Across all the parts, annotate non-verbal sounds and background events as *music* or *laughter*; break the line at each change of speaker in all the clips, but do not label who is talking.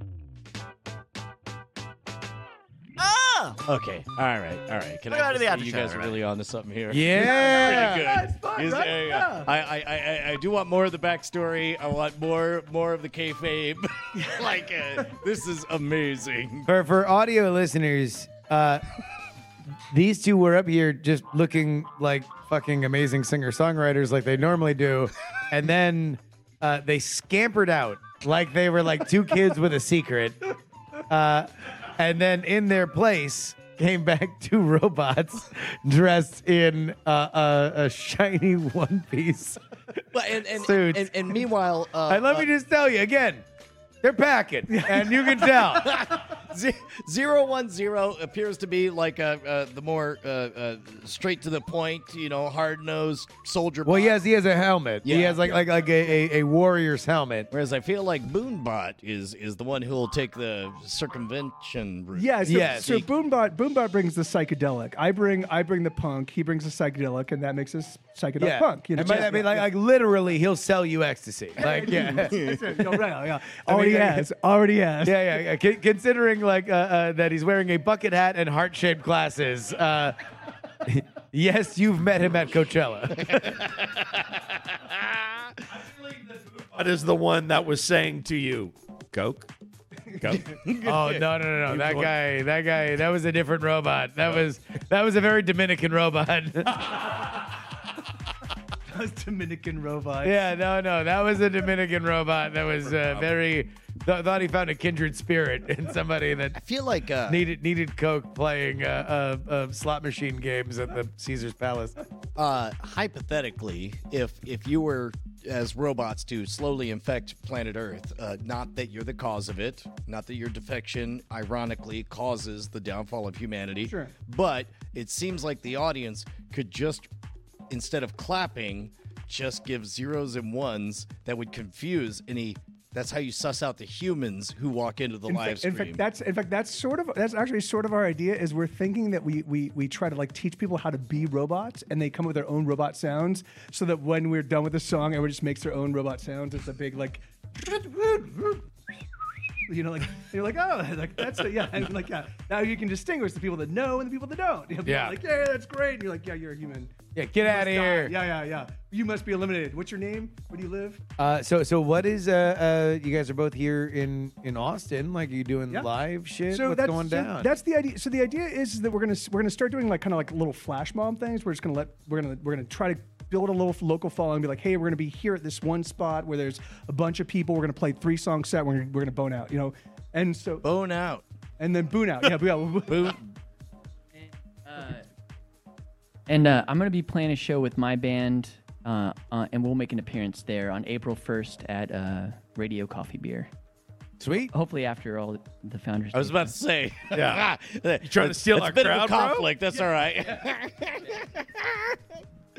Yeah.
*laughs* Okay. All right. All right. Can
We're out
just-
of the after
you
show,
guys are
right?
really on to something here. *laughs*
Yeah.
Pretty
Yeah,
good.
it's fun,
Is-
right?
yeah, yeah.
Yeah.
I, I, I- I, I do want more of the backstory. I want more more of the kayfabe. *laughs* like uh, this is amazing.
For for audio listeners, uh, these two were up here just looking like fucking amazing singer songwriters, like they normally do, and then uh, they scampered out like they were like two kids with a secret, uh, and then in their place came back *laughs* two robots dressed in uh, a, a shiny one piece.
Well, and, and, and,
Suits.
and, meanwhile, uh,
And let
uh,
me just tell you again. They're packing, and you can tell.
Ze- Zero one zero appears to be like a, uh, the more uh, uh, straight to the point, you know, hard nosed soldier.
Well,
bot.
he has he has a helmet. He
Yeah.
has like like like a, a, a warrior's helmet.
Whereas I feel like Boonbot is is the one who will take the circumvention route.
Yeah, so,
Yes.
so Boombot Boombot brings the psychedelic. I bring I bring the punk. He brings the psychedelic, and that makes us psychedelic punk. You know,
And by that I mean like like literally he'll sell you ecstasy. Like yeah. yeah,
That's it. Yo, right, yeah.
*laughs*
E
I mean,
already
I-
has, already has.
yeah, yeah. Con- considering like uh, uh, that he's wearing a bucket hat and heart shaped glasses. Uh, *laughs* yes, you've met him at Coachella.
That is the one that was saying to you, Coke. Coke.
oh no, no, no, no! That guy, that guy, that was a different robot. That was that was a very Dominican robot. *laughs*
Dominican robot.
Yeah, no, no, that was a Dominican robot that was uh, very th- thought he found a kindred spirit in somebody
I
that
feel like uh,
needed needed coke playing uh, uh, uh, slot machine games at the Caesar's Palace.
uh, hypothetically, if if you were as robots to slowly infect planet Earth, uh, not that you're the cause of it, not that your defection ironically causes the downfall of humanity,
Sure.
but it seems like the audience could just instead of clapping, just give zeros and ones that would confuse any. That's how you suss out the humans who walk into the
In,
live
fact,
stream.
in fact, that's in fact that's sort of that's actually sort of our idea is we're thinking that we we we try to like teach people how to be robots and they come up with their own robot sounds so that when we're done with the song everyone just makes their own robot sounds. It's a big like. You know, like you're like, oh, like that's a, yeah, and like yeah. Now you can distinguish the people that know and the people that don't. *laughs* You know, people
Yeah.
are Like yeah, that's great. And you're like, yeah, you're a human.
Yeah, get
You
out
must
of
die.
here.
Yeah, yeah, yeah. You must be eliminated. What's your name? Where do you live?
Uh, so, so what is uh, uh, you guys are both here in in Austin? Like, are you doing
Yeah.
live shit?
So
What's
that's
going
so
down?
that's the idea. So the idea is that we're gonna we're gonna start doing like kind of like little flash mob things. We're just gonna let we're gonna we're gonna try to build a little local following. and Be like, hey, we're gonna be here at this one spot where there's a bunch of people. We're gonna play three song set. We're gonna, we're gonna bone out, you know. And so
Bone out.
and then boon out. Yeah,
*laughs*
boon out.
Boom.
Uh, And uh, I'm going to be playing a show with my band, uh, uh, and we'll make an appearance there on April 1st at uh, Radio Coffee Beer.
Sweet.
Hopefully, after all the founders.
I was about to say, *laughs*
Yeah.
you
trying to steal
that's
our
a bit
crowd,
of a
bro?
conflict. That's all right.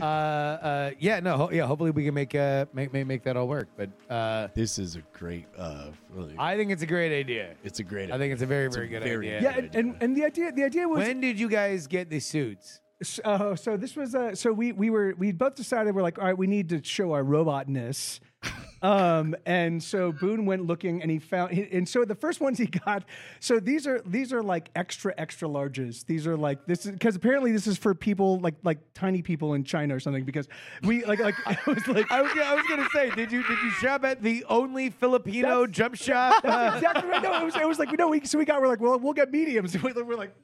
Uh, uh, yeah, no, ho- yeah. Hopefully, we can make uh, make make, make that all work. But uh,
This is a great, uh, really,
I think it's a great idea.
it's a great.
I think it's a very very
a
good
very
idea.
good
Yeah, and, and and the idea the idea was
When did you guys get the suits?
So, so this was uh, so we we were we both decided we're like all right we need to show our robotness, um, and so Boone went looking and he found he, and so the first ones he got so these are these are like extra extra larges these are like this is because apparently this is for people like like tiny people in China or something because we like *laughs* like I was like
I was, I was gonna say, did you did you shop at the only Filipino jump *laughs* shop?
That's *laughs* exactly right. No, it was, it was like no. We, so we got. We're like, well, we'll get mediums. *laughs* We, are like,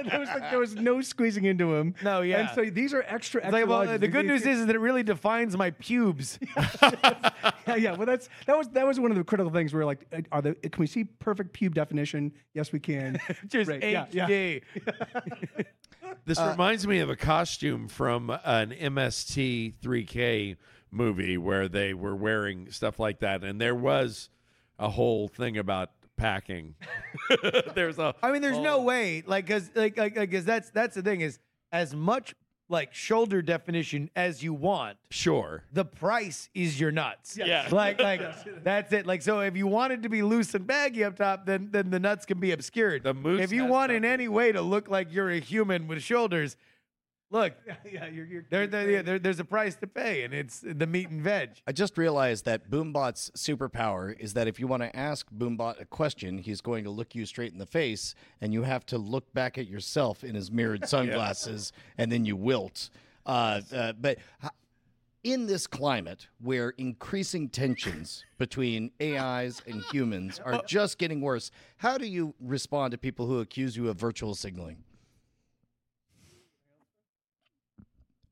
and it was like there was no squeezing into them.
No,
And
yeah.
so these are extra. extra
like, well,
larges.
the good
These-
news is that it really defines my pubes.
yeah, yeah. Well, that's that was that was one of the critical things. We were like, uh, are the can we see perfect pube definition? Yes, we can.
*laughs* Just
Right, yeah, yeah.
HD.
This reminds me of a costume from an MST 3K movie where they were wearing stuff like that, and there was a whole thing about packing. *laughs* There's a
I mean, there's no way, like, cause, like, like, like, 'cause that's that's the thing is as much like shoulder definition as you want.
sure.
The price is your nuts.
Yeah.
Like, like that's it. Like, so if you want it to be loose and baggy up top, then then the nuts can be obscured.
The moose
if you
has
want in
nothing.
any way to look like you're a human with shoulders, *laughs* Look,
yeah, you're, you're
there, there, yeah, there, there's a price to pay, and it's the meat and veg.
I just realized that Boombot's superpower is that if you want to ask Boombot a question, he's going to look you straight in the face, and you have to look back at yourself in his
*laughs*
mirrored sunglasses, and then you wilt. Uh, uh, but h- in this climate where increasing tensions between AIs and humans
Uh,
are just getting worse, how do you respond to people who accuse you of virtual signaling?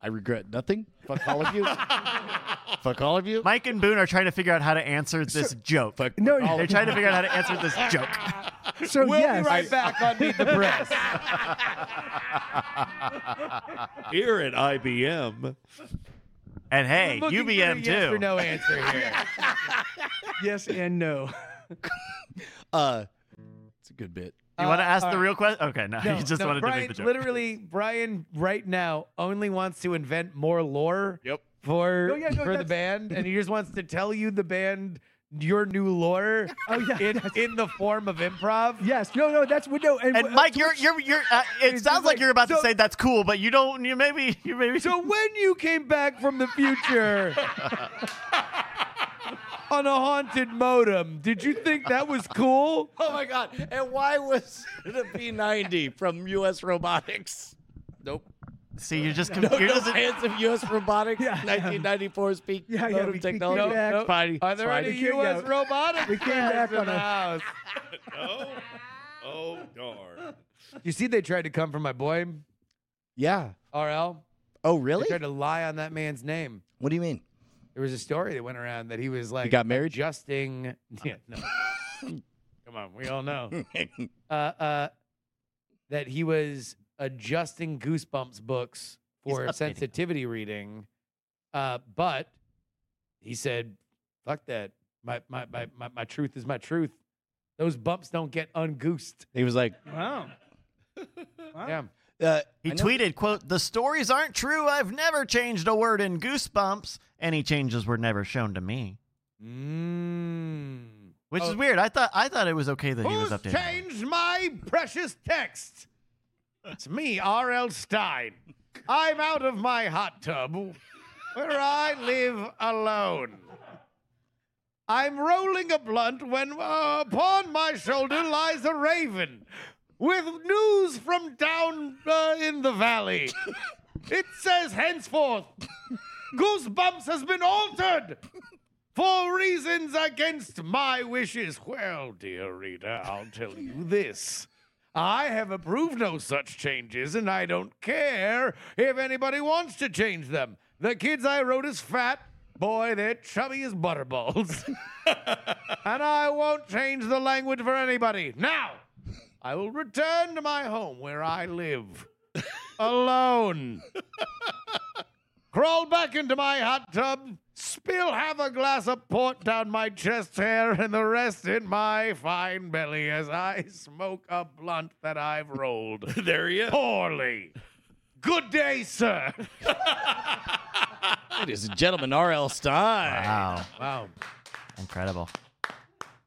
I regret nothing. Fuck all
*laughs*
of you. Fuck all of you.
Mike and Boone are trying to figure out how to answer this joke.
No,
They're
*laughs*
trying to figure out how to answer
*laughs*
this joke.
so
We'll
yes,
be right back on Meet the Press.
Here at IBM,
And
*laughs*
hey,
Looking for a
UBM
yes or
too.
no answer here.
yes and no. *laughs*
Uh, it's a good bit.
You want
Uh,
to ask
all
the
right.
real question? Okay, no,
No,
you just
no,
wanted
Brian,
to make the joke.
Literally, Brian right now only wants to invent more lore for
No,
Oh,
yeah, no,
for the
that's-
band, and he just wants to tell you the band your new
*laughs*
lore
Oh, yeah,
in, in the form of improv.
Yes, no, no. That's what. No, and,
And Mike, you're you're you're.
*laughs*
Uh, it
It's
sounds
just
like,
like-
you're about
so-
to say that's cool, but you don't. You maybe *laughs* you maybe.
So when you came back from the
*laughs*
future on a haunted modem, did you think that was cool?
Oh my god! And why was it a P ninety from U.S. Robotics? Nope.
See, you're just
No,
you're
no
just
hands of U.S. Robotics.
*laughs* Yeah.
1994 speak.
Yeah, yeah,
modem
we- we-
technology.
no, no.
It's fine,
Oh, Are
it's
there
fine.
any
We came-
U.S.
yeah,
robotics
we came
fans
back
in
on
the
*laughs*
a-
house?
oh, oh darn.
You see, they tried to come for my boy
Yeah.
RL.
Oh
They
really?
tried to lie on that man's name.
What do you mean?
There was a story that went around that he was like
got married?
adjusting. *laughs* Yeah, no. Come on, we all know uh, uh, that he was adjusting Goosebumps books for
updating.
sensitivity reading, uh, but he said, "Fuck that! My my, my my my truth is my truth. Those bumps don't get ungoosed."
He was like,
wow. wow.
Yeah,
uh,
He
I know-
tweeted, "quote The stories aren't true. I've never changed a word in Goosebumps. Any changes were never shown to me."
mm.
Which
Oh.
is weird. I thought I thought it was okay that he was
Who's
updating.
changed my precious text? It's me, R.L. Stein. I'm out of my hot tub where I live alone. I'm rolling a blunt when uh, upon my shoulder lies a raven with news from down uh, in the valley. It says henceforth, Goosebumps has been altered for reasons against my wishes. Well, dear reader, I'll tell you this. I have approved no such changes, and I don't care if anybody wants to change them. The kids I wrote is fat. Boy, they're chubby as butterballs. *laughs* and I won't change the language for anybody. Now, I will return to my home where I live. *laughs* Alone crawl back into my hot tub, spill half a glass of port down my chest hair and the rest in my fine belly as I smoke a blunt that I've
*laughs*
rolled
There he is.
poorly. Good day, sir.
"Ladies and gentlemen, R.L. Stein."
*laughs* Wow,
Wow.
incredible.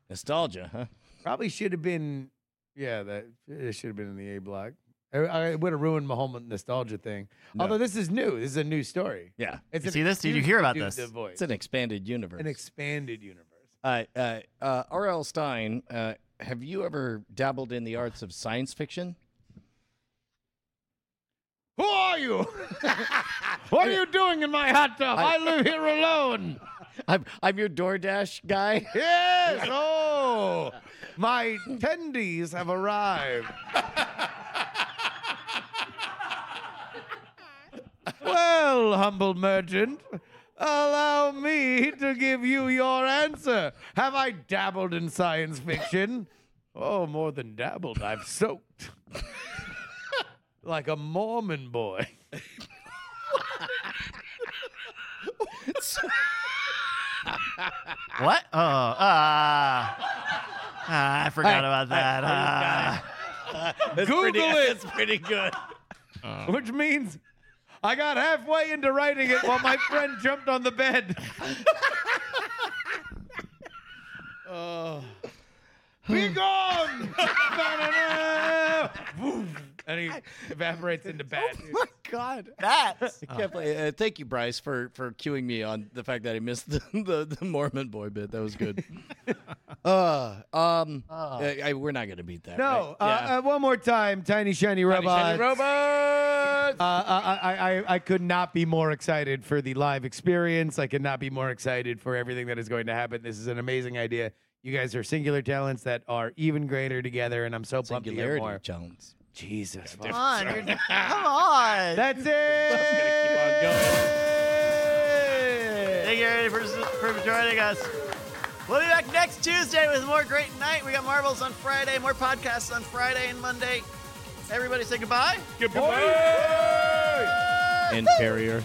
Nostalgia, huh?
Probably should have been, yeah, that it should have been in the A block. I, I would have ruined my whole nostalgia thing. Although this is new. This is a new story.
Yeah.
It's
You
an
see this? Did you
excuse
hear
to
about
do
this?
The voice.
It's an expanded universe.
an expanded universe.
uh, uh, uh, R.L. Stein, uh, have you ever dabbled in the arts of science fiction?
Who are you? *laughs* what are you doing in my hot tub? I live here alone.
I'm I'm your DoorDash
*laughs*
guy.
Yes! Oh! My tendies have arrived. *laughs* well, humble merchant, allow me to give you your answer. Have I dabbled in science fiction? Oh, more than dabbled, I've soaked. *laughs* like a Mormon boy.
What? Oh, ah, Ah, I forgot about that. Ah.
Google it! Oh.
pretty good.
Which means I got halfway into writing it while my friend jumped on the bed. Oh. Be *laughs*
*laughs*
gone! Ba-da-da! Boom. and he evaporates into bats.
my God.
That's
I can't play. Uh, thank you, Bryce, for for cueing me on the fact that I missed the, *laughs* the, the Mormon boy bit. That was
*laughs*
good. uh, um, I, I- we're not gonna beat that.
Oh. No,
right?
uh,
Yeah.
uh, one more time, tiny shiny
Shiny,
robot.
Uh,
shiny robots!
Uh, I, I, I, I could not be more excited for the live experience. I could not be more excited for everything that is going to happen. This is an amazing idea. You guys are singular talents that are even greater together, and I'm so pumped to hear
Singularity
more.
Jones.
Jesus,
come
*laughs*
on. You're, come on.
that's it.
Thank you everybody for, for joining us. We'll be back next Tuesday with more great night. We got marbles on Friday, more podcasts on Friday and Monday. Everybody say goodbye.
Goodbye.
And Carrier.